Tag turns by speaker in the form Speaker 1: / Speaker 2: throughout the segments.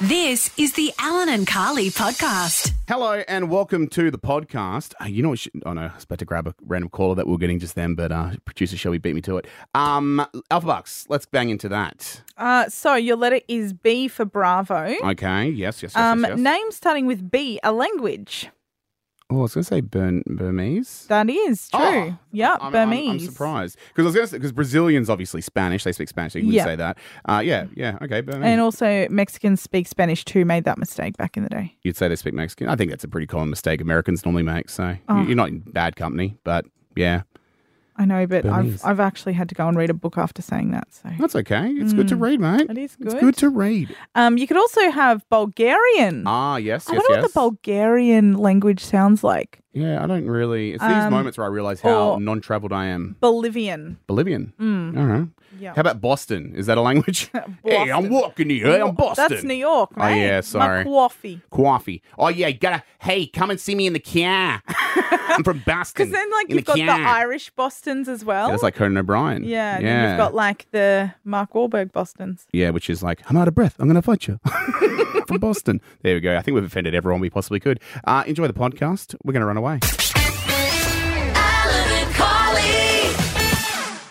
Speaker 1: This is the Alan and Carly podcast.
Speaker 2: Hello and welcome to the podcast. Uh, you know, what? She, oh no, I was about to grab a random caller that we were getting just then, but uh, producer Shelby beat me to it. Um, Alpha Bucks, let's bang into that.
Speaker 3: Uh, so your letter is B for Bravo.
Speaker 2: Okay, yes, yes, yes.
Speaker 3: Mm. Um,
Speaker 2: yes, yes.
Speaker 3: Name starting with B, a language.
Speaker 2: oh, I was going to say Burn- Burmese.
Speaker 3: That is true.
Speaker 2: Oh,
Speaker 3: yeah,
Speaker 2: I'm, I'm-
Speaker 3: Burmese.
Speaker 2: I'm, surprised because I was going to say because Brazilians obviously Spanish, they speak Spanish. So you would
Speaker 3: Yeah.
Speaker 2: say that. Uh, yeah, yeah, okay, Burmese.
Speaker 3: And also Mexicans speak Spanish too. Made that mistake back in the day.
Speaker 2: You'd say they speak Mexican. I think that's a pretty common mistake Americans normally make. So you-
Speaker 3: Oh.
Speaker 2: you're not in bad company, but yeah,
Speaker 3: I know, but
Speaker 2: Burmese.
Speaker 3: I've I've actually had to go and read a book after saying that. So
Speaker 2: that's okay. It's good to read, mate.
Speaker 3: It Mm. is
Speaker 2: It's
Speaker 3: good.
Speaker 2: good to read.
Speaker 3: um, you could also have Bulgarian.
Speaker 2: Ah, yes,
Speaker 3: I
Speaker 2: yes,
Speaker 3: wonder
Speaker 2: yes.
Speaker 3: what the Bulgarian language sounds like.
Speaker 2: Yeah, I don't really. It's these
Speaker 3: Um,
Speaker 2: moments where I realize how
Speaker 3: or-
Speaker 2: non-traveled I am.
Speaker 3: Bolivian.
Speaker 2: Bolivian.
Speaker 3: Mm,
Speaker 2: All right.
Speaker 3: yeah.
Speaker 2: How about Boston? Is that a language? hey, I'm
Speaker 3: Boston.
Speaker 2: walking here. I'm Boston.
Speaker 3: That's New York,
Speaker 2: Oh,
Speaker 3: right?
Speaker 2: yeah, sorry.
Speaker 3: McWaffy.
Speaker 2: Coffee. Oh yeah, gotta. Hey, come and see me in the car. I'm from Boston.
Speaker 3: Because then, like,
Speaker 2: in
Speaker 3: you've got the
Speaker 2: car.
Speaker 3: Irish Bostons as well.
Speaker 2: Yeah, that's like Conan O'Brien.
Speaker 3: Yeah, and
Speaker 2: yeah.
Speaker 3: then you've got like the Mark Wahlberg Bostons.
Speaker 2: yeah, which is like, I'm out of breath. I'm gonna fight you. from Boston. There we go. I think we've offended everyone we possibly could. Uh, enjoy the podcast. We're gonna run away.
Speaker 1: Alan and Carly.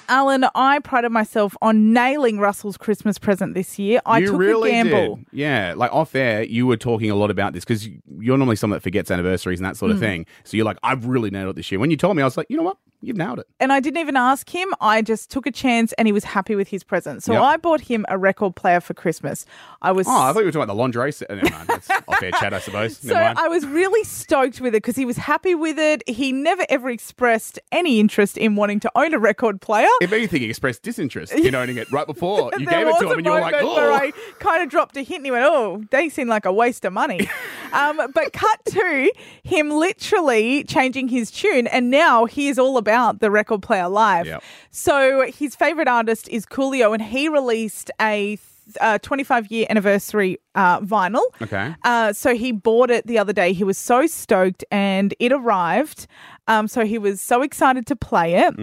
Speaker 3: Alan, I prided myself on nailing Russell's Christmas present this year. I
Speaker 2: you
Speaker 3: took
Speaker 2: really
Speaker 3: a gamble.
Speaker 2: Did. Yeah, like off air, you were talking a lot about this because you're normally someone that forgets anniversaries and that
Speaker 3: Mm.
Speaker 2: sort of thing. So you're like, I've really nailed it this year. When you told me, I was like, you know what? You've nailed it.
Speaker 3: And I didn't even ask him. I just took a chance and he was happy with his present. So
Speaker 2: Yep.
Speaker 3: I bought him a record player for Christmas. I was
Speaker 2: Oh, I thought you were talking about the lingerie set. Never mind. That's off air chat, I suppose.
Speaker 3: So
Speaker 2: Never mind.
Speaker 3: I was really stoked with it because he was happy with it. He never ever expressed any interest in wanting to own a record player.
Speaker 2: if anything, he expressed disinterest in owning it right before you
Speaker 3: there
Speaker 2: gave it
Speaker 3: was
Speaker 2: to
Speaker 3: a
Speaker 2: him, and you were like,
Speaker 3: moment where
Speaker 2: "Oh,
Speaker 3: I kind of dropped a hint and he went, oh, they seem like a waste of money. um, but cut to him literally changing his tune, and now he is all about the record player live.
Speaker 2: Yep.
Speaker 3: So his favorite artist is Coolio, and he released a uh, 25 year anniversary uh, vinyl.
Speaker 2: okay."
Speaker 3: Uh, so he bought it the other day. He was so stoked and it arrived. Um, so he was so excited to play it.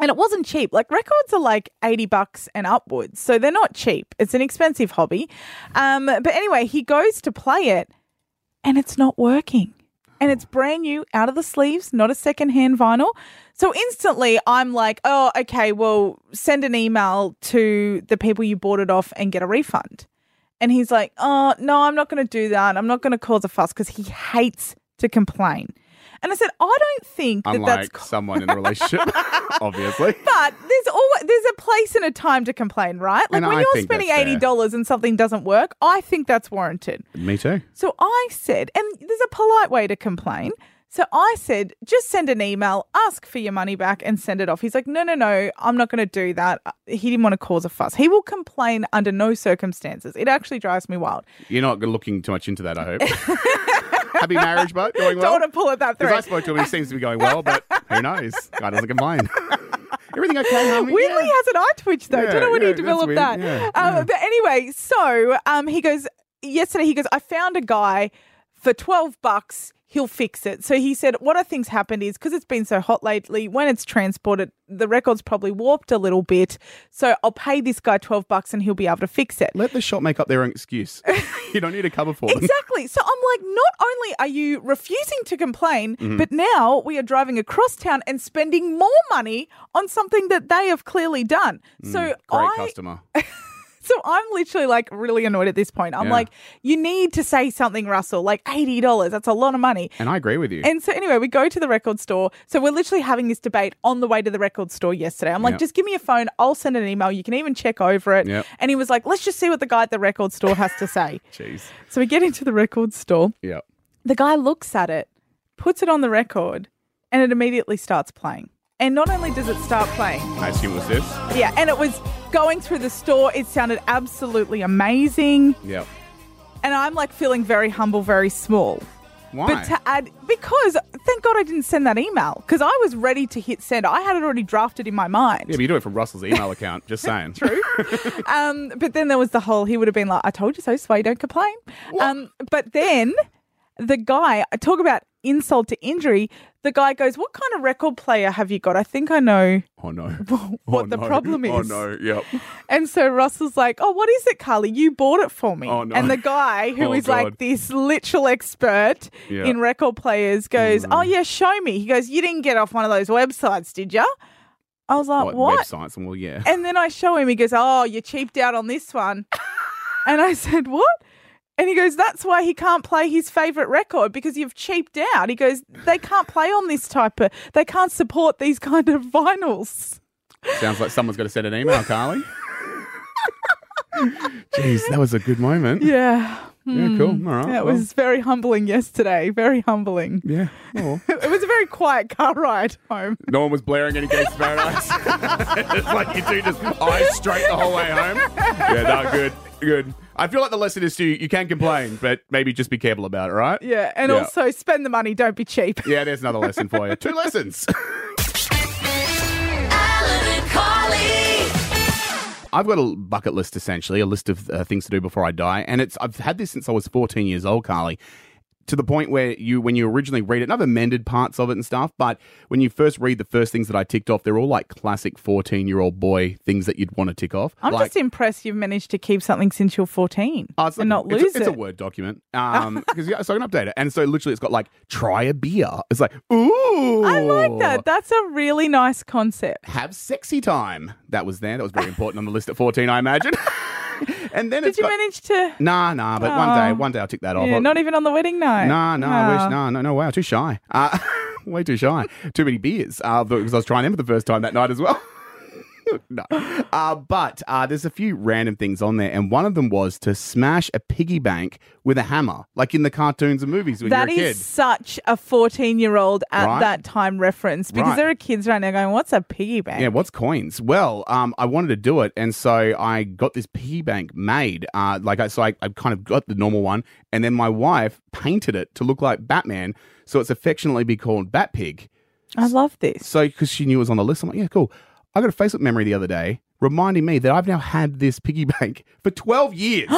Speaker 3: And it wasn't cheap. Like records are like 80 bucks and upwards. So they're not cheap. It's an expensive hobby. Um, but anyway, he goes to play it and it's not working. And it's brand new, out of the sleeves, not a secondhand vinyl. So instantly I'm like, oh, okay, well, send an email to the people you bought it off and get a refund. And he's like, oh, no, I'm not going to do that. I'm not going to cause a fuss because he hates to complain. And I said, I don't think that that's.
Speaker 2: Unlike
Speaker 3: co-
Speaker 2: someone in a relationship, obviously.
Speaker 3: but there's always there's a place and a time to complain, right? Like
Speaker 2: And
Speaker 3: when
Speaker 2: I
Speaker 3: you're
Speaker 2: think that's
Speaker 3: spending eighty dollars and something doesn't work, I think that's warranted.
Speaker 2: Me too.
Speaker 3: So I said, and there's a polite way to complain. So I said, just send an email, ask for your money back, and send it off. He's like, no, no, no, I'm not going to do that. He didn't want to cause a fuss. He will complain under no circumstances. It actually drives me wild.
Speaker 2: You're not looking too much into that, I hope. Happy marriage, bud. Going well.
Speaker 3: Don't want to pull at that
Speaker 2: Because I
Speaker 3: thread.
Speaker 2: spoke to him, he seems to be going well, but who knows? Guy doesn't complain. Everything okay, homie?
Speaker 3: Weirdly,
Speaker 2: Yeah.
Speaker 3: he has an eye twitch though.
Speaker 2: Yeah,
Speaker 3: Don't know when
Speaker 2: yeah,
Speaker 3: he
Speaker 2: that's
Speaker 3: developed
Speaker 2: weird.
Speaker 3: that.
Speaker 2: Yeah,
Speaker 3: um,
Speaker 2: yeah.
Speaker 3: But anyway, so um, he goes yesterday. He goes, I found a guy for twelve bucks. He'll fix it. So he said, what I think's happened is because it's been so hot lately. When it's transported, the record's probably warped a little bit. So I'll pay this guy twelve bucks and he'll be able to fix it.
Speaker 2: Let the shop make up their own excuse. you don't need a cover for them.
Speaker 3: Exactly. So I'm like, not only are you refusing to complain,
Speaker 2: Mm-hmm.
Speaker 3: but now we are driving across town and spending more money on something that they have clearly done. so
Speaker 2: Mm, Great
Speaker 3: I
Speaker 2: customer.
Speaker 3: So I'm literally like really annoyed at this point. I'm
Speaker 2: Yeah.
Speaker 3: like, you need to say something, Russell. Like eighty dollars. That's a lot of money.
Speaker 2: And I agree with you.
Speaker 3: And so anyway, we go to the record store. So we're literally having this debate on the way to the record store yesterday. I'm like,
Speaker 2: Yep.
Speaker 3: just give me a phone. I'll send an email. You can even check over it.
Speaker 2: Yep.
Speaker 3: And he was like, let's just see what the guy at the record store has to say.
Speaker 2: Jeez.
Speaker 3: so we get into the record store.
Speaker 2: Yeah.
Speaker 3: The guy looks at it, puts it on the record, and it immediately starts playing. And not only does it start playing,
Speaker 2: I assume it was this.
Speaker 3: yeah, and it was going through the store. It sounded absolutely amazing.
Speaker 2: Yeah.
Speaker 3: And I'm like feeling very humble, very small.
Speaker 2: Why?
Speaker 3: But to add, because thank God I didn't send that email because I was ready to hit send. I had it already drafted in my mind.
Speaker 2: yeah, but you do it from Russell's email account. Just saying.
Speaker 3: True. um, but then there was the whole, he would have been like, I told you so, so you don't complain. Um, but then the guy, talk about insult to injury, the guy goes, What kind of record player have you got? I think I know.
Speaker 2: Oh no.
Speaker 3: what the problem
Speaker 2: Oh
Speaker 3: is.
Speaker 2: no. Yep.
Speaker 3: And so Russell's like, Oh, what is it, Carly? You bought it for me.
Speaker 2: Oh, no.
Speaker 3: And the guy, who is
Speaker 2: Oh, God.
Speaker 3: like this literal expert
Speaker 2: Yeah. Mm.
Speaker 3: in record players, goes, Oh, yeah, show me. He goes, You didn't get off one of those websites, did you? I was like,
Speaker 2: Like
Speaker 3: What?
Speaker 2: Websites and well, yeah.
Speaker 3: And then I show him, he goes, Oh, you cheaped out on this one. and I said, What? And he goes, That's why he can't play his favourite record because you've cheaped out. He goes, They can't play on this type of, they can't support these kind of vinyls.
Speaker 2: Sounds like someone's got to send an email, Carly. Jeez, that was a good moment.
Speaker 3: Yeah.
Speaker 2: Yeah, cool. All right.
Speaker 3: Hmm. That
Speaker 2: well,
Speaker 3: was very humbling yesterday. Very humbling.
Speaker 2: Yeah. Oh.
Speaker 3: It was a very quiet car ride home.
Speaker 2: No one was blaring any Gates of Paradise. it's like you two just eyes straight the whole way home. Yeah, no, good, good. I feel like the lesson is to you can complain, but maybe just be careful about it, right?
Speaker 3: Yeah. And
Speaker 2: Yeah.
Speaker 3: also spend the money, don't be cheap.
Speaker 2: Yeah, there's another lesson for you. Two lessons.
Speaker 1: Alan and Carly.
Speaker 2: I've got a bucket list essentially, a list of uh, things to do before I die, and it's I've had this since I was 14 years old, Carly. To the point where you, when you originally read it, and I've amended parts of it and stuff, but when you first read the first things that I ticked off, they're all like classic 14 year old boy things that you'd want to tick off.
Speaker 3: I'm
Speaker 2: like,
Speaker 3: just impressed you've managed to keep something since you're 14
Speaker 2: Oh, it's
Speaker 3: and
Speaker 2: like-
Speaker 3: not lose
Speaker 2: it's, a-
Speaker 3: it.
Speaker 2: It's a Word document. Um, because yeah, so I can update it. And so literally, it's got like try a beer. It's like ooh,
Speaker 3: I like that. That's a really nice concept.
Speaker 2: Have sexy time. That was there. That was very important on the list at fourteen, I imagine. and then
Speaker 3: Did
Speaker 2: it's
Speaker 3: you
Speaker 2: got,
Speaker 3: manage to?
Speaker 2: nah, nah. But one day,
Speaker 3: Oh.
Speaker 2: one day I'll tick that off.
Speaker 3: Yeah,
Speaker 2: I'll-
Speaker 3: not even on the wedding night.
Speaker 2: Nah, nah. I wish.
Speaker 3: Oh.
Speaker 2: Nah, no, no. Wow, too shy. Uh, way too shy. too many beers. Uh, because I was trying them for the first time that night as well. no. Uh, but uh, there's a few random things on there, and one of them was to smash a piggy bank with a hammer, like in the cartoons and movies when
Speaker 3: That is
Speaker 2: you're a kid.
Speaker 3: such a 14 year old at
Speaker 2: Right.
Speaker 3: that time reference because
Speaker 2: Right.
Speaker 3: there are kids right now going, What's a piggy bank?
Speaker 2: Yeah, what's coins? Well, um, I wanted to do it, and so I got this piggy bank made. Uh, like I, so I, I kind of got the normal one, and then my wife painted it to look like Batman, so it's affectionately be called Bat Pig.
Speaker 3: I love this.
Speaker 2: So because she knew it was on the list, I'm like, yeah, cool. I got a Facebook memory the other day reminding me that I've now had this piggy bank for 12 years.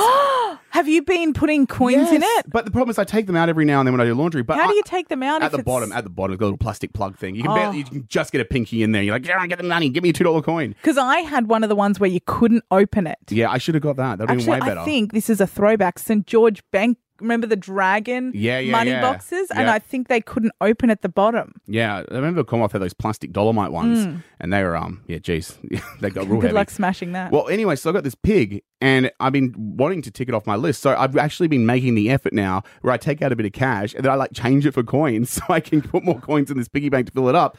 Speaker 3: Have you been putting coins in
Speaker 2: Yes.
Speaker 3: it?
Speaker 2: But the problem is, I take them out every now and then when I do laundry. But
Speaker 3: How
Speaker 2: I-
Speaker 3: do you take them out?
Speaker 2: at
Speaker 3: if
Speaker 2: the
Speaker 3: it's-
Speaker 2: bottom, at the bottom, it's got a little plastic plug thing. You can,
Speaker 3: Oh.
Speaker 2: barely, you can just get a pinky in there. You're like, yeah, I get the money. Give me a two dollar coin.
Speaker 3: Because I had one of the ones where you couldn't open it.
Speaker 2: Yeah, I should have got that. That'd have been way
Speaker 3: Actually,
Speaker 2: better.
Speaker 3: I think this is a throwback. St. George Bank, remember the dragon
Speaker 2: Yeah, yeah,
Speaker 3: money
Speaker 2: yeah.
Speaker 3: boxes? And
Speaker 2: Yeah.
Speaker 3: I think they couldn't open at the bottom.
Speaker 2: yeah, I remember Commonwealth had those plastic dolomite ones, and they were um, yeah, geez, they got real
Speaker 3: Mm. Good
Speaker 2: heavy.
Speaker 3: luck smashing that.
Speaker 2: Well, anyway, so I got this pig, and I've been wanting to tick it off my list. So I've actually been making the effort now, where I take out a bit of cash and then I like change it for coins, so I can put more coins in this piggy bank to fill it up.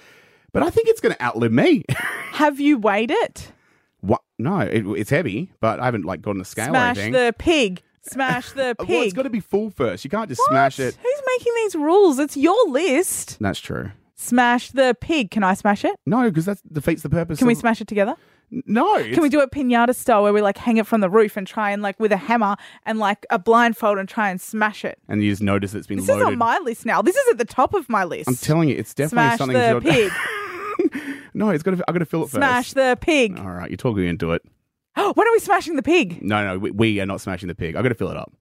Speaker 2: But I think it's going to outlive me.
Speaker 3: Have you weighed it?
Speaker 2: what? No, it, it's heavy, but I haven't like gotten a scale
Speaker 3: Smash
Speaker 2: or anything. Uh,
Speaker 3: the pig. Smash the pig.
Speaker 2: Well, it's got to be full first. You can't just smash
Speaker 3: What?
Speaker 2: it.
Speaker 3: Who's making these rules? It's your list.
Speaker 2: That's true.
Speaker 3: Smash the pig. Can I smash it?
Speaker 2: No, because that defeats the purpose.
Speaker 3: Can we
Speaker 2: of-
Speaker 3: smash it together?
Speaker 2: No.
Speaker 3: Can we do it pinata style where we like hang it from the roof and try and like with a hammer and like a blindfold and try and smash it?
Speaker 2: And you just notice it's been
Speaker 3: This
Speaker 2: loaded.
Speaker 3: is on my list now. This is at the top of my list.
Speaker 2: I'm telling you, it's definitely
Speaker 3: smash
Speaker 2: something.
Speaker 3: the
Speaker 2: to-
Speaker 3: pig.
Speaker 2: no, it's got to. I got to fill it
Speaker 3: smash
Speaker 2: first.
Speaker 3: the pig.
Speaker 2: All right, you're talking me into it.
Speaker 3: when are we smashing the pig?
Speaker 2: No, no, we, we are not smashing the pig. I got to fill it up.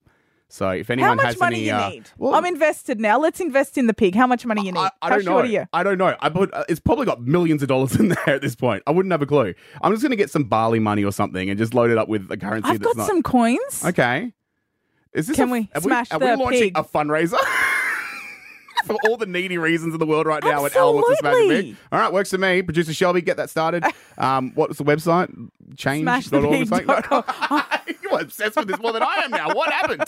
Speaker 2: So if anyone
Speaker 3: How much
Speaker 2: has
Speaker 3: money
Speaker 2: any,
Speaker 3: you
Speaker 2: uh,
Speaker 3: need?
Speaker 2: well,
Speaker 3: I'm invested now. Let's invest in the pig. How much money you need?
Speaker 2: I, I
Speaker 3: How
Speaker 2: don't know.
Speaker 3: short are you?
Speaker 2: I don't know. I put, uh, it's probably got millions of dollars in there at this point. I wouldn't have a clue. I'm just going to get some barley money or something and just load it up with a currency
Speaker 3: I've
Speaker 2: that's
Speaker 3: got
Speaker 2: not.
Speaker 3: some coins.
Speaker 2: Okay. Is this
Speaker 3: Can
Speaker 2: a,
Speaker 3: we
Speaker 2: are
Speaker 3: smash
Speaker 2: Are
Speaker 3: the
Speaker 2: we launching
Speaker 3: pig?
Speaker 2: a fundraiser? For all the needy reasons in the world right now, when Al wants to smash a pig.
Speaker 3: Absolutely.
Speaker 2: All right, works for me. Producer Shelby, get that started. Um, what's the website? Change.org or something?
Speaker 3: Smashthepig.com.
Speaker 2: You're obsessed with this more than I am now. What happened?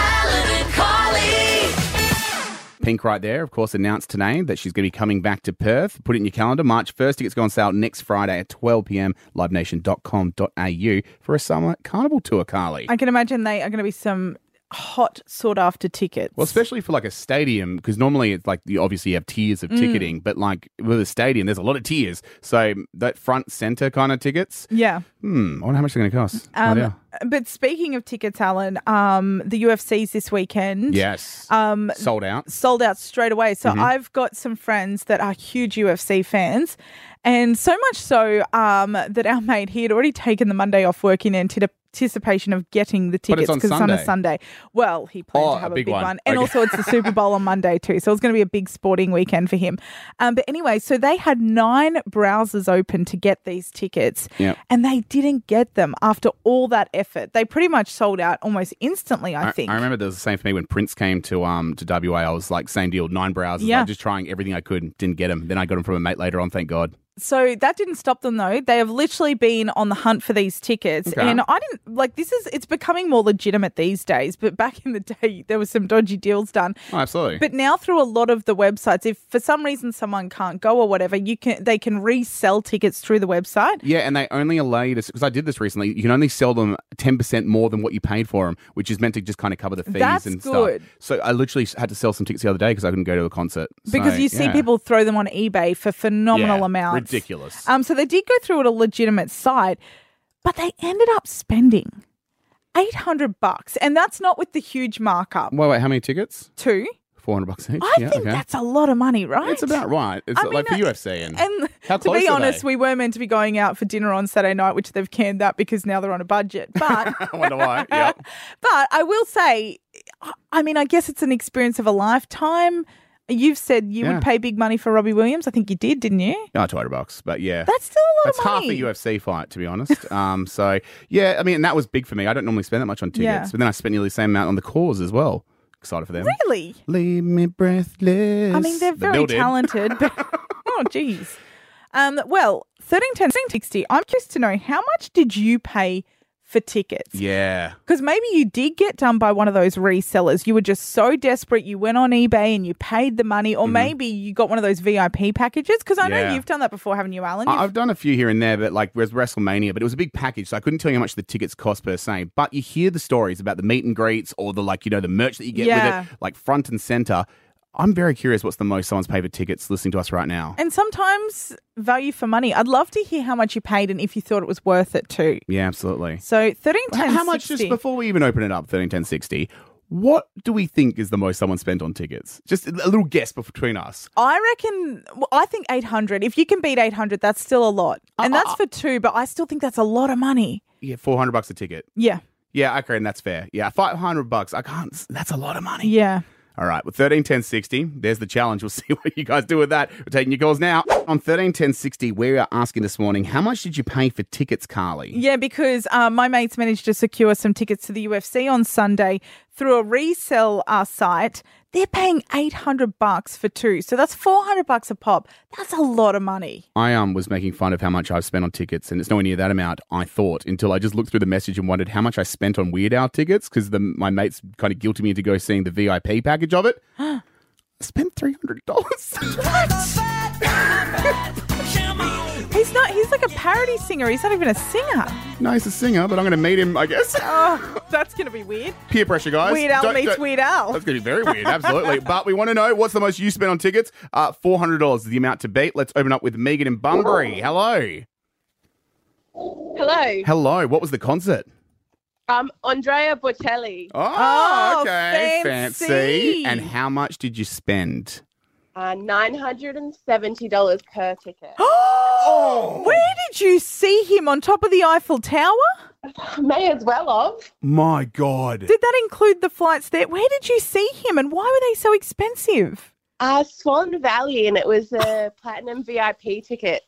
Speaker 1: Alan and Carly.
Speaker 2: Pink right there, of course, announced today that she's going to be coming back to Perth. Put it in your calendar. March 1st, tickets go on sale next Friday at 12 p.m. livenation.com.au for a summer carnival tour, Carly.
Speaker 3: I can imagine they are going to be some hot, sought after tickets.
Speaker 2: Well, especially for like a stadium, because normally it's like you obviously have tiers
Speaker 3: Mm.
Speaker 2: of ticketing, but like with a stadium, there's a lot of tiers. So that front center kind of tickets,
Speaker 3: yeah.
Speaker 2: hmm, I wonder how much they're going to cost. Oh,
Speaker 3: Um,
Speaker 2: yeah.
Speaker 3: But speaking of tickets, Alan, um, the UFC's this weekend.
Speaker 2: Yes.
Speaker 3: Um,
Speaker 2: Sold out. Mm-hmm.
Speaker 3: sold out straight away. So I've got some friends that are huge UFC fans, And so much so um, that our mate, he had already taken the Monday off work in anti- anticipation of getting the
Speaker 2: But it's
Speaker 3: tickets
Speaker 2: on
Speaker 3: because it's on a
Speaker 2: Sunday.
Speaker 3: Sunday. Well, he planned
Speaker 2: Oh,
Speaker 3: to have
Speaker 2: a
Speaker 3: a
Speaker 2: big
Speaker 3: big,
Speaker 2: one.
Speaker 3: one. And
Speaker 2: Okay.
Speaker 3: also, it's the Super Bowl on Monday, too. So it was going to be a big sporting weekend for him. Um, but anyway, so they had nine browsers open to get these tickets.
Speaker 2: Yep.
Speaker 3: And they didn't get them after all that effort. They pretty much sold out almost instantly, I,
Speaker 2: I,
Speaker 3: think.
Speaker 2: I remember there was the same for me when Prince came to um to WA. I was like same deal, nine browsers,
Speaker 3: Yeah.
Speaker 2: like, just trying everything I could. Didn't get him. Then I got him from a mate later on. Thank God.
Speaker 3: so that didn't stop them though. They have literally been on the hunt for these tickets,
Speaker 2: Okay.
Speaker 3: and I didn't like this. Is it's becoming more legitimate these days, but back in the day there was some dodgy deals done.
Speaker 2: Oh, absolutely.
Speaker 3: But now through a lot of the websites, if for some reason someone can't go or whatever, you can they can resell tickets through the website.
Speaker 2: yeah, and they only allow you to because I did this recently. You can only sell them ten percent more than what you paid for them, which is meant to just kind of cover the fees
Speaker 3: That's
Speaker 2: and
Speaker 3: good.
Speaker 2: stuff. So I literally had to sell some tickets the other day because I couldn't go to a concert So,
Speaker 3: Because you see
Speaker 2: yeah.
Speaker 3: people throw them on eBay for phenomenal
Speaker 2: Yeah,
Speaker 3: amounts.
Speaker 2: ridiculous.
Speaker 3: Um, so they did go through at a legitimate site, but they ended up spending eight hundred bucks, and that's not with the huge markup
Speaker 2: Wait, wait, how many tickets?
Speaker 3: too.
Speaker 2: Four hundred bucks each.
Speaker 3: I
Speaker 2: yeah,
Speaker 3: think
Speaker 2: okay.
Speaker 3: that's a lot of money, right?
Speaker 2: it's about right. It's
Speaker 3: I
Speaker 2: like for
Speaker 3: mean, uh,
Speaker 2: UFC and,
Speaker 3: And
Speaker 2: how
Speaker 3: to
Speaker 2: close
Speaker 3: be
Speaker 2: are
Speaker 3: honest,
Speaker 2: they?
Speaker 3: we were meant to be going out for dinner on Saturday night, which they've canned that because now they're on a budget. But
Speaker 2: I wonder why. Yeah.
Speaker 3: but I will say, I- I mean, I guess it's an experience of a lifetime. You've said you
Speaker 2: Yeah.
Speaker 3: would pay big money for Robbie Williams. I think you did, didn't you?
Speaker 2: Oh, two hundred bucks, but yeah.
Speaker 3: That's still a lot
Speaker 2: That's
Speaker 3: of money.
Speaker 2: half the UFC fight, to be honest. Um, so yeah, I mean, and that was big for me. I don't normally spend that much on tickets,
Speaker 3: Yeah.
Speaker 2: but then I spent nearly the same amount on the cause as well. Excited for them.
Speaker 3: Really?
Speaker 2: Leave me breathless.
Speaker 3: I mean, they're
Speaker 2: The
Speaker 3: very
Speaker 2: build-in.
Speaker 3: talented. But, oh, jeez. Um, well, 131060, I'm curious to know how much did you pay for tickets?
Speaker 2: Yeah.
Speaker 3: Because maybe you did get done by one of those resellers. You were just so desperate, you went on eBay and you paid the money, or maybe you got one of those VIP packages. Because I
Speaker 2: Mm-hmm. Yeah.
Speaker 3: know you've done that before, haven't you, Alan?
Speaker 2: I-
Speaker 3: You've-
Speaker 2: I've done a few here and there, but like was WrestleMania, but it was a big package, so I couldn't tell you how much the tickets cost per se. But you hear the stories about the meet and greets or the like, you know, the merch that you get
Speaker 3: Yeah.
Speaker 2: with it, like front and center. I'm very curious what's the most someone's paid for tickets listening to us right now.
Speaker 3: and sometimes value for money. I'd love to hear how much you paid and if you thought it was worth it too.
Speaker 2: Yeah, absolutely.
Speaker 3: So thirteen ten.
Speaker 2: How much, just before we even open it up, 13, 10, 60, what do we think is the most someone spent on tickets? Just a little guess bef- between us.
Speaker 3: I reckon. well, I think eight hundred. If you can beat eight hundred, that's still a lot, and that's for two. But I still think that's a lot of money.
Speaker 2: Yeah, 400 bucks a ticket.
Speaker 3: Yeah,
Speaker 2: Yeah, okay, and that's fair. Yeah, 500 bucks. I can't, that's a lot of money.
Speaker 3: yeah.
Speaker 2: All right, well, 13, 10, 60, there's the challenge. We'll see what you guys do with that. We're taking your calls now. On 13, 10, 60, we are asking this morning, how much did you pay for tickets, Carly?
Speaker 3: Yeah, because um, my mates managed to secure some tickets to the UFC on Sunday through a resell uh, site. They're paying eight hundred bucks for two, so that's four hundred bucks a pop. That's a lot of money.
Speaker 2: I um, was making fun of how much I've spent on tickets, and it's nowhere near that amount I thought until I just looked through the message and wondered how much I spent on Weird Al tickets because my mates kind of guilted me into go seeing the VIP package of it. I spent three hundred dollars.
Speaker 3: He's not—he's like a parody singer. He's not even a singer.
Speaker 2: no, he's a singer, but I'm going to meet him, I guess.
Speaker 3: Oh, that's gonna be weird.
Speaker 2: Peer pressure, guys.
Speaker 3: Weird Al
Speaker 2: Don't-
Speaker 3: meets
Speaker 2: don't-
Speaker 3: Weird Al.
Speaker 2: That's going to be very weird, absolutely. but we want to know what's the most you spent on tickets. Uh, four hundred dollars is the amount to beat. Let's open up with Megan in Bunbury. Hello,
Speaker 4: Hello,
Speaker 2: hello. What was the concert?
Speaker 4: I'm Andrea Bocelli.
Speaker 2: Oh,
Speaker 3: Oh,
Speaker 2: okay.
Speaker 3: fancy.
Speaker 2: And how much did you spend?
Speaker 4: Uh, $970 per ticket.
Speaker 3: Where did you see him on top of the Eiffel Tower?
Speaker 4: May as well of.
Speaker 2: My God.
Speaker 3: Did that include the flights there? Where did you see him and why were they so expensive?
Speaker 4: Uh, Swan Valley, and it was a platinum VIP ticket.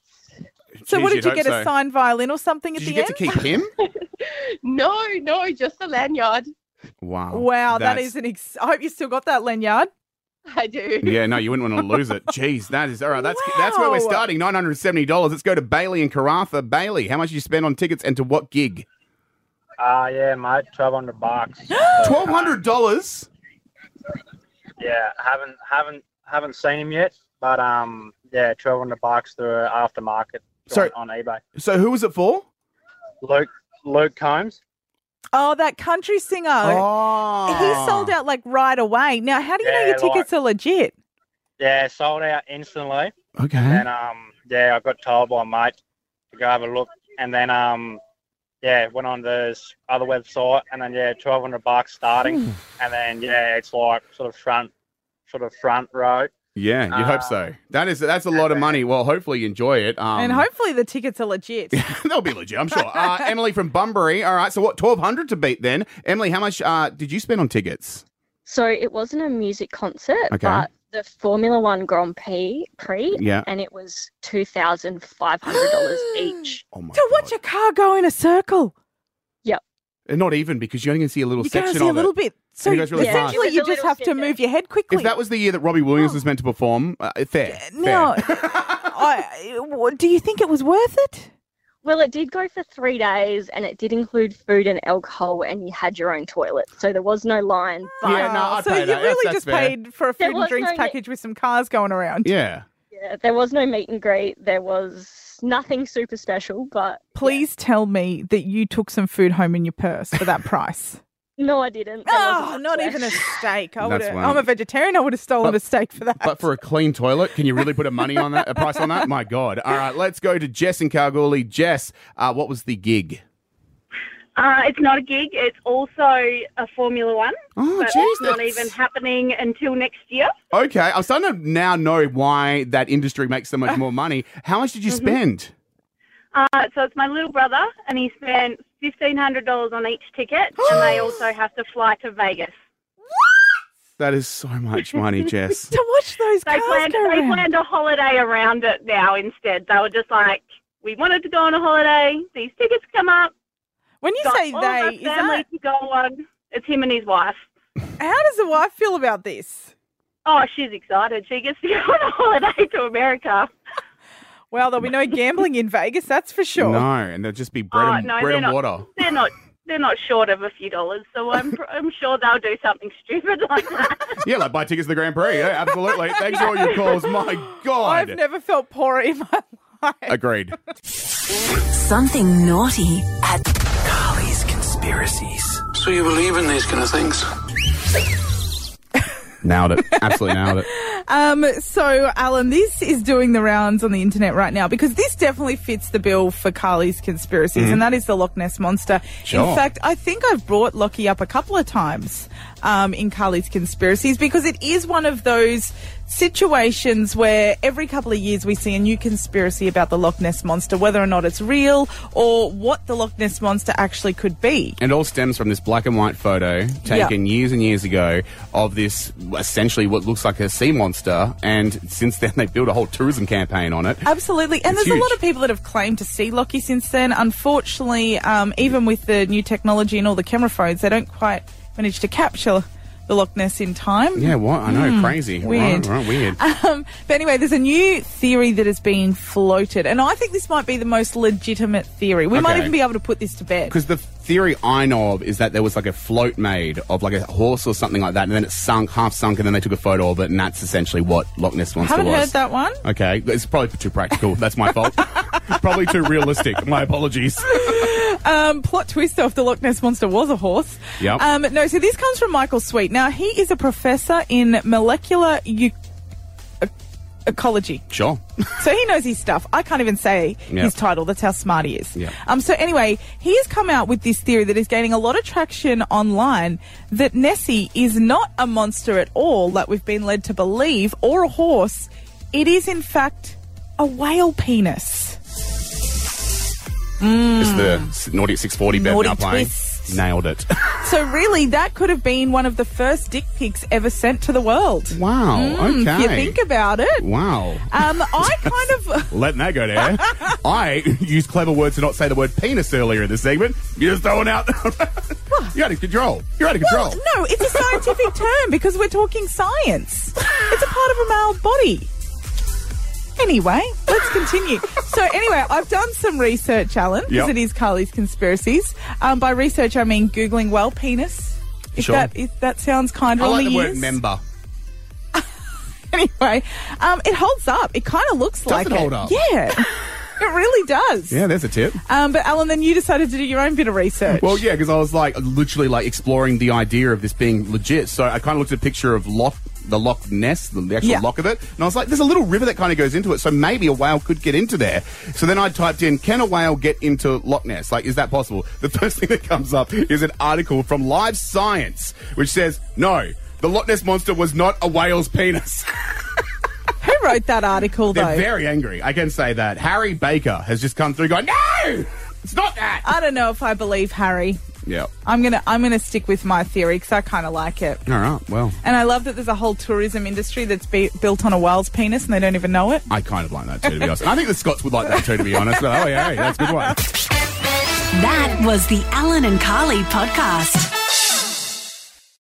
Speaker 3: So,
Speaker 2: Jeez,
Speaker 3: what
Speaker 2: you'd
Speaker 3: did you
Speaker 2: hope
Speaker 3: get
Speaker 2: so.
Speaker 3: a signed violin or something at
Speaker 2: Did
Speaker 3: the
Speaker 2: you get
Speaker 3: end?
Speaker 2: to keep him?
Speaker 4: No, no, just a lanyard.
Speaker 2: Wow.
Speaker 3: Wow, that
Speaker 2: That's-
Speaker 3: is an. Ex- I hope you still got that lanyard.
Speaker 4: I do.
Speaker 2: Yeah, no, you wouldn't want to lose it. Jeez, that is all right. That's that's where we're
Speaker 3: Wow.
Speaker 2: starting. Nine hundred seventy dollars. Let's go to Bailey and Caratha. Bailey, how much did you spend on tickets and to what gig?
Speaker 5: Ah, yeah, mate, twelve hundred bucks.
Speaker 2: Twelve hundred dollars.
Speaker 5: yeah, haven't haven't haven't seen him yet, but um, yeah, twelve hundred bucks through aftermarket
Speaker 2: Sorry.
Speaker 5: on eBay.
Speaker 2: So who was it for?
Speaker 5: Luke Luke Combs.
Speaker 3: Oh, that country singer.
Speaker 2: Oh,
Speaker 3: He sold out like right away. Now, how do you know your
Speaker 5: Yeah, like-
Speaker 3: tickets are legit?
Speaker 5: Yeah, sold out instantly,
Speaker 2: Okay.
Speaker 5: and um, yeah, I got told by a mate to go have a look, and then um, yeah, went on this other website, and then yeah, twelve hundred bucks starting, and then yeah, it's like sort of front, sort of front row,
Speaker 2: Yeah, you hope so. That is that's a lot of money. Well, hopefully you enjoy it. Um,
Speaker 3: and hopefully the tickets are legit.
Speaker 2: they'll be legit. I'm sure. Uh, Emily from Bunbury. All right. So what? Twelve hundred to beat then. Emily, how much uh, did you spend on tickets?
Speaker 6: So it wasn't a music concert,
Speaker 2: Okay.
Speaker 6: but the Formula One Grand Prix, Prix
Speaker 2: Yeah.
Speaker 6: and it was two thousand five hundred dollars each.
Speaker 2: Oh my
Speaker 3: to watch a car go in a circle.
Speaker 2: And Not even because you're only going to see a little
Speaker 3: You can
Speaker 2: section
Speaker 3: see a
Speaker 2: of
Speaker 3: little
Speaker 2: it.
Speaker 3: bit. So
Speaker 2: It goes really fast.
Speaker 3: essentially,
Speaker 6: Yeah,
Speaker 3: you
Speaker 6: it's a
Speaker 3: just
Speaker 6: little
Speaker 3: have to
Speaker 6: snippet.
Speaker 3: move your head quickly.
Speaker 2: If that was the year that Robbie Williams was meant to perform, uh, fair.
Speaker 3: Oh. No.
Speaker 2: fair.
Speaker 3: I, w- do you think it was worth it?
Speaker 6: Well, it did go for three days, and it did include food and alcohol, and you had your own toilet, so there was no line. But
Speaker 2: Yeah, no, I'd
Speaker 3: so
Speaker 2: pay that.
Speaker 3: you
Speaker 2: That's-
Speaker 3: really
Speaker 2: that's
Speaker 3: just
Speaker 2: fair.
Speaker 3: paid for a
Speaker 6: There
Speaker 3: food and
Speaker 6: was
Speaker 3: drinks
Speaker 6: no-
Speaker 3: package with some cars going around.
Speaker 2: yeah.
Speaker 6: yeah, there was no meet and greet. There was nothing super special, but
Speaker 3: Please tell me that you took some food home in your purse for that price.
Speaker 6: no, I didn't. There
Speaker 3: oh,
Speaker 7: Ah,
Speaker 6: wasn't much
Speaker 3: not
Speaker 6: left.
Speaker 3: even a steak. I would.
Speaker 2: That's why-
Speaker 3: I'm a vegetarian. I would have stolen
Speaker 2: But-
Speaker 3: a steak for that.
Speaker 2: But for a clean toilet, can you really put a money on that? A price on that? My God! All right, let's go to Jess in Kalgoorlie. Jess, uh, what was the gig?
Speaker 7: Uh, it's not a gig. It's also a Formula One,
Speaker 2: Oh,
Speaker 7: but it's not even happening until next year.
Speaker 2: Okay, I'm starting to now know why that industry makes so
Speaker 7: Ah.
Speaker 2: much more money. How much did you
Speaker 7: Mm-hmm.
Speaker 2: spend?
Speaker 7: Uh, so it's my little brother, and he spent fifteen hundred dollars on each ticket, and they also have to fly to Vegas.
Speaker 2: That is so much money, Jess.
Speaker 3: to watch those
Speaker 7: They
Speaker 3: cars
Speaker 7: planned.
Speaker 3: go
Speaker 7: They
Speaker 3: around.
Speaker 7: planned a holiday around it now instead. They were just like, we wanted to go on a holiday. These tickets come up.
Speaker 3: when you
Speaker 7: got
Speaker 3: say
Speaker 7: all of our
Speaker 3: they, is
Speaker 7: family
Speaker 3: that,
Speaker 7: to go on. It's him and his wife.
Speaker 3: how does the wife feel about this?
Speaker 7: Oh, she's excited. She gets to go on a holiday to America.
Speaker 3: Well, there'll be no gambling in Vegas, that's for sure.
Speaker 2: No, and they'll just be bread
Speaker 7: Oh,
Speaker 2: and,
Speaker 7: no,
Speaker 2: bread
Speaker 7: they're
Speaker 2: and
Speaker 7: not-
Speaker 2: water.
Speaker 7: They're not. They're not short of a few dollars, so I'm I'm sure they'll do something stupid like that.
Speaker 2: Yeah, like buy tickets to the Grand Prix. Yeah, absolutely. Thanks for all your calls. My
Speaker 3: I've
Speaker 2: God.
Speaker 3: never felt poorer in my life.
Speaker 2: Agreed.
Speaker 1: Something naughty at
Speaker 8: Carly's conspiracies. So you believe in these kind of things?
Speaker 2: Nailed it. Absolutely nailed it.
Speaker 3: Um, so, Alan, this is doing the rounds on the internet right now because this definitely fits the bill for Carly's conspiracies, and that is the Loch Ness monster.
Speaker 2: Sure.
Speaker 3: In fact, I think I've brought Lockie up a couple of times um, in Carly's conspiracies because it is one of those situations where every couple of years we see a new conspiracy about the Loch Ness monster, whether or not it's real or what the Loch Ness monster actually could be.
Speaker 2: It all stems from this black and white photo taken years and years ago of this essentially what looks like a sea monster. And since then, they've built a whole tourism campaign on it.
Speaker 3: Oh. Absolutely. And
Speaker 2: It's
Speaker 3: there's a lot
Speaker 2: huge.
Speaker 3: of people that have claimed to see Lockie since then. Unfortunately, um, even with the new technology and all the camera phones, they don't quite manage to capture the Loch Ness in time.
Speaker 2: Yeah, what? I know. crazy.
Speaker 3: Hmm. weird.
Speaker 2: Right, right, weird.
Speaker 3: Um, but anyway, there's a new theory that is being floated, and I think this might be the most legitimate theory. We might
Speaker 2: Okay.
Speaker 3: even be able to put this to bed.
Speaker 2: Because the theory I know of is that there was like a float made of like a horse or something like that, and then it sunk, half sunk, and then they took a photo of it, and that's essentially what Loch Ness Monster
Speaker 3: Haven't
Speaker 2: was.
Speaker 3: heard that one.
Speaker 2: Okay, it's probably too practical. That's my fault. probably too realistic. My apologies.
Speaker 3: Um, plot twist off the Loch Ness Monster was a horse.
Speaker 2: Yep.
Speaker 3: Um, no, so this comes from Michael Sweet. Now, he is a professor in molecular eu- e- ecology.
Speaker 2: Sure.
Speaker 3: So he knows his stuff. I can't even say
Speaker 2: Yeah.
Speaker 3: his title. That's how smart he is.
Speaker 2: Yeah.
Speaker 3: Um, so anyway, he has come out with this theory that is gaining a lot of traction online that Nessie is not a monster at all, like we've been led to believe, or a horse. It is, in fact, a whale penis.
Speaker 2: It's the Naughty 640 bed
Speaker 3: Hmm. Naughty Hmm,
Speaker 2: now playing.
Speaker 3: twist.
Speaker 2: Nailed it.
Speaker 3: So really, that could have been one of the first dick pics ever sent to the world.
Speaker 2: Wow. okay.
Speaker 3: If you think about it.
Speaker 2: wow.
Speaker 3: Um, I kind of.
Speaker 2: Letting that go there. I used clever words to not say the word penis earlier in this segment. You're just throwing out. You're out of control. You're out of control.
Speaker 3: Well, no, it's a scientific term because we're talking science. It's a part of a male body. Anyway, let's continue. So, anyway, I've done some research, Alan,
Speaker 2: Yep.
Speaker 3: because it is Carly's conspiracies. Um, by research, I mean googling well penis. If
Speaker 2: Sure.
Speaker 3: that if that sounds kind
Speaker 2: I
Speaker 3: of on
Speaker 2: like the word
Speaker 3: ears.
Speaker 2: member.
Speaker 3: Anyway, um, it holds up. It kind of looks
Speaker 2: Does
Speaker 3: like
Speaker 2: it hold up?
Speaker 3: Yeah, it really does.
Speaker 2: Yeah, there's a tip.
Speaker 3: Um, but Alan, then you decided to do your own bit of research.
Speaker 2: Well, yeah, because I was like literally like exploring the idea of this being legit. So I kind of looked at a picture of Loch, the Loch Ness, the, the actual
Speaker 3: Yeah.
Speaker 2: lock of it, and I was like, "There's a little river that kind of goes into it, so maybe a whale could get into there." So then I typed in, "Can a whale get into Loch Ness? Like, is that possible?" The first thing that comes up is an article from Live Science, which says, "No, the Loch Ness monster was not a whale's penis."
Speaker 3: wrote that article,
Speaker 2: They're
Speaker 3: though.
Speaker 2: very angry. I can say that. Harry Baker has just come through going, no, it's not that.
Speaker 3: I don't know if I believe Harry.
Speaker 2: yeah.
Speaker 3: I'm gonna I'm gonna stick with my theory because I kind of like it,
Speaker 2: All right. Well,
Speaker 3: and I love that there's a whole tourism industry that's be- built on a whale's penis, and they don't even know it.
Speaker 2: I kind of like that too, to be honest. And I think the Scots would like that too, to be honest. But, oh, yeah, hey, that's a good one.
Speaker 1: That was the Alan and Carly podcast.